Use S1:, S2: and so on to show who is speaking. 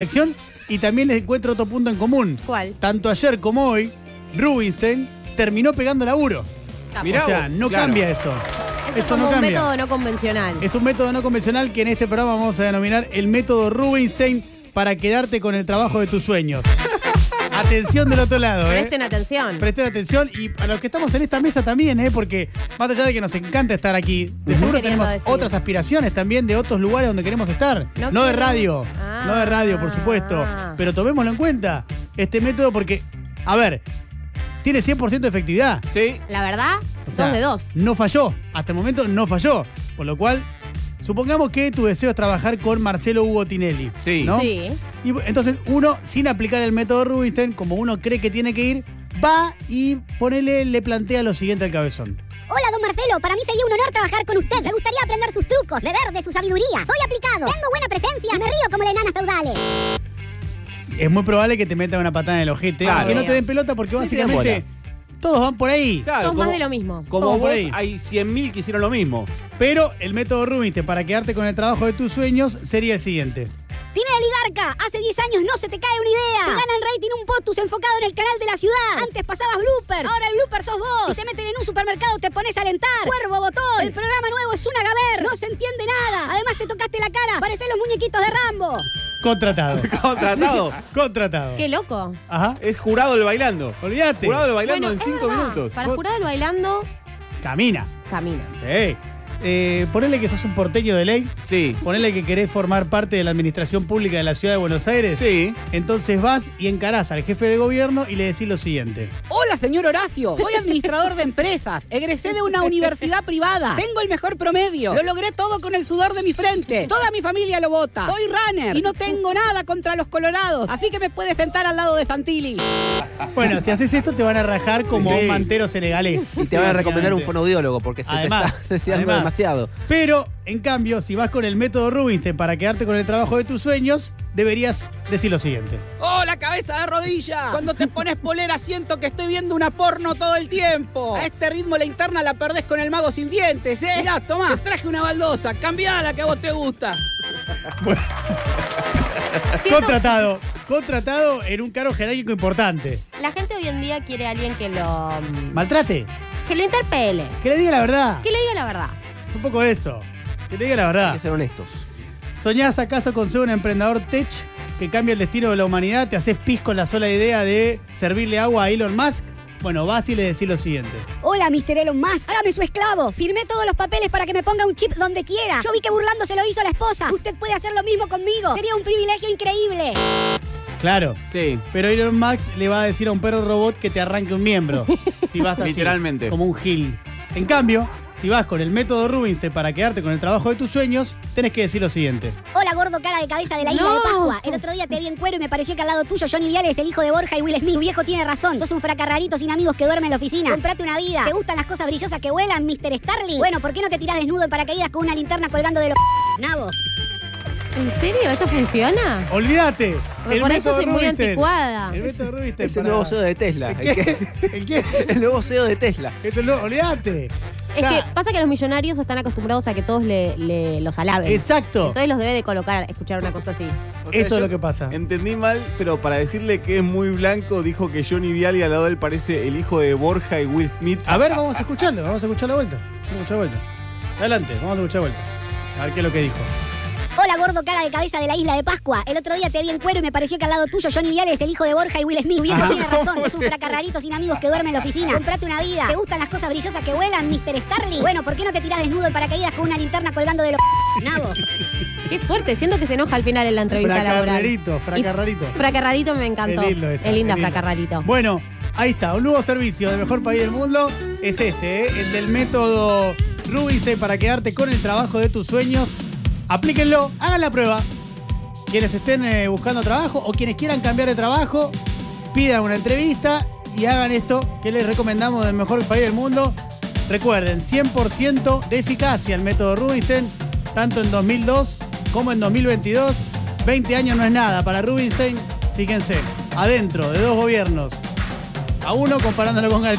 S1: elección y también les encuentro otro punto en común.
S2: ¿Cuál?
S1: Tanto ayer como hoy, Rubinstein terminó pegando laburo.
S2: Capo.
S1: o sea, no
S3: Claro.
S1: cambia eso.
S2: Eso,
S1: Eso,
S2: es como
S1: no
S2: un
S1: cambia. ¿eh?
S2: método no convencional.
S1: Es un método no convencional que en este programa vamos a denominar el método Rubinstein para quedarte con el trabajo de tus sueños. Atención del otro lado, ¿eh?
S2: Presten atención.
S1: Presten atención y a los que estamos en esta mesa también, ¿eh? porque más allá de que nos encanta estar aquí, de
S2: Ujú.
S1: seguro
S2: Queriendo
S1: tenemos
S2: decir.
S1: otras aspiraciones también de otros lugares donde queremos estar. No,
S2: No
S1: de
S2: quiero-
S1: radio,
S2: Ah.
S1: no de radio, por supuesto. Pero tomémoslo en cuenta, este método, porque, a ver, tiene 100% de efectividad.
S3: Sí.
S2: La verdad,
S1: O
S2: dos
S1: sea,
S2: de dos.
S1: No falló, hasta el momento no falló. Por lo cual, supongamos que tu deseo es trabajar con Marcelo Hugo Tinelli.
S3: Sí.
S1: ¿no?
S2: Sí.
S1: Y bu- entonces uno, sin aplicar el método Rubinstein, como uno cree que tiene que ir, va y ponele, le plantea lo siguiente al cabezón.
S4: Hola, don Marcelo. Para mí sería un honor trabajar con usted. Me gustaría aprender sus trucos, beber de su sabiduría. Soy aplicado, tengo buena presencia y me río como la enana feudales.
S1: Es muy probable que te meta una patada en el ojete.
S3: Claro.
S1: Que no te den pelota porque
S3: No te dan
S1: básicamente todos van por ahí.
S3: Claro,
S2: Son más de lo mismo.
S3: Como
S1: Vamos por
S3: vos,
S1: ahí.
S3: hay 100.000 que hicieron lo mismo.
S1: Pero el método Rubinstein para quedarte con el trabajo de tus sueños sería el siguiente.
S4: Tinelli Garca, hace 10 años no se te cae una idea. Te ganan rating un potus enfocado en el canal de la ciudad. Antes pasabas bloopers, ahora el blooper sos vos. Si se meten en un supermercado te pones a alentar. Cuervo botón, el programa nuevo es una gaber. No se entiende nada. Además te tocaste la cara, parecen los muñequitos de Rambo.
S1: Contratado.
S3: Contratado.
S1: Contratado.
S2: Qué loco.
S1: Ajá.
S3: es jurado el bailando.
S1: Olvídate.
S3: Jurado el bailando
S2: Bueno, es
S3: en 5
S2: verdad.
S3: minutos.
S2: Para jurar el bailando,
S1: Camina.
S2: caminas.
S1: Sí. Eh, ponele que sos un porteño de ley.
S3: Sí.
S1: Ponele que querés formar parte de la administración pública de la ciudad de Buenos Aires.
S3: Sí.
S1: Entonces vas y encarás al jefe de gobierno y le decís lo siguiente.
S5: Hola, señor Horacio. Soy administrador de empresas. Egresé de una universidad privada. Tengo el mejor promedio. Lo logré todo con el sudor de mi frente. Toda mi familia lo vota. Soy runner y no tengo nada contra los colorados. Así que me puede sentar al lado de Santilli.
S1: Bueno, si haces esto te van a rajar como
S3: Sí.
S1: un mantero senegalés.
S6: Y te van a recomendar un fonoaudiólogo porque se
S1: Además,
S6: te está dando
S1: además.
S6: demasiado.
S1: Pero, en cambio, si vas con el método Rubinstein para quedarte con el trabajo de tus sueños, deberías decir lo siguiente.
S5: ¡Hola, cabeza de rodilla! Cuando te pones polera siento que estoy viendo una porno todo el tiempo. A este ritmo la interna la perdés con el mago sin dientes, ¿eh? Mirá, tomá, te traje una baldosa. Cambiá la que a vos te gusta.
S2: Siento-
S1: Contratado. Contratado en un cargo jerárquico importante.
S2: La gente hoy en día quiere a alguien que lo.
S1: Maltrate.
S2: que lo interpele.
S1: Que le diga la verdad.
S2: Que le diga la verdad.
S1: Es un poco eso. Que te diga la verdad.
S6: Hay que ser honestos.
S1: ¿Soñás acaso con ser un emprendedor tech que cambia el destino de la humanidad? ¿Te haces pis con la sola idea de servirle agua a Elon Musk? Bueno, vas y le decís lo siguiente.
S4: Hola, Mr. Elon Musk. Hágame su esclavo. Firmé todos los papeles para que me ponga un chip donde quiera. Yo vi que burlando se lo hizo la esposa. Usted puede hacer lo mismo conmigo. Sería un privilegio increíble.
S1: Claro.
S3: Sí.
S1: Pero Elon Musk le va a decir a un perro robot que te arranque un miembro. Si vas así,
S3: Literalmente.
S1: Como un gil. En cambio, si vas con el método Rubinstein para quedarte con el trabajo de tus sueños, tenés que decir lo siguiente.
S4: Hola, gordo cara de cabeza de la isla
S2: No.
S4: de Pascua. El otro día te vi en cuero y me pareció que al lado tuyo Johnny Viale es el hijo de Borja y Will Smith. Tu viejo tiene razón. Sos un fracarrarito sin amigos que duerme en la oficina. Comprate una vida. ¿Te gustan las cosas brillosas que vuelan, Mr. Starling? Bueno, ¿por qué no te tirás desnudo en paracaídas con una linterna colgando de los nabos?
S2: ¿En serio? ¿Esto funciona?
S1: ¡Olvídate!
S2: Por
S1: El
S2: eso
S1: método
S2: soy muy
S1: Rubinstein.
S2: anticuada.
S1: El método Rubinstein
S6: Es el
S1: para-
S6: nuevo CEO de Tesla.
S1: ¿El qué?
S6: El que-
S1: ¿El qué? Este
S6: El nuevo CEO de Tesla.
S1: Es el nuevo- ¡Olvídate!
S2: Es que pasa que los millonarios están acostumbrados a que todos le, le- los alaben.
S1: Exacto.
S2: Entonces los debe de colocar, escuchar una cosa así.
S3: O
S1: Eso es
S3: yo
S1: lo que pasa.
S3: Entendí mal, pero para decirle que es muy blanco, dijo que Johnny Viale al lado de él parece el hijo de Borja y Will Smith.
S1: A ver, vamos a escucharlo, vamos a escuchar la vuelta. Vamos a escuchar la vuelta. Adelante, vamos a escuchar la vuelta. A ver qué es lo que dijo.
S4: Hola, gordo cara de cabeza de la isla de Pascua. El otro día te vi en cuero y me pareció que al lado tuyo Johnny Viale es el hijo de Borja y Will Smith. Tu viejo tiene razón. Sos un fracarrarito sin amigos que duerme en la oficina. Comprate una vida. ¿Te gustan las cosas brillosas que vuelan, Mr. Starling? Bueno, ¿por qué no te tirás desnudo en paracaídas con una linterna colgando de los nabos?
S2: Qué fuerte, siento que se enoja al final en la entrevista laboral.
S1: Fracarrerito, fracarrerito.
S2: Y Fracarrarito me encantó.
S1: Qué lindo esa,
S2: Es linda
S1: qué lindo.
S2: fracarrarito.
S1: Bueno, ahí está, un nuevo servicio del mejor país del mundo es este, ¿eh? el del método Rubinstein para quedarte con el trabajo de tus sueños. Aplíquenlo, hagan la prueba. Quienes estén eh, buscando trabajo o quienes quieran cambiar de trabajo, pidan una entrevista y hagan esto que les recomendamos del mejor país del mundo. Recuerden, 100% de eficacia el método Rubinstein, tanto en 2002 como en 2022. 20 años no es nada para Rubinstein. Fíjense, adentro de dos gobiernos, a uno comparándolo con Galtieri.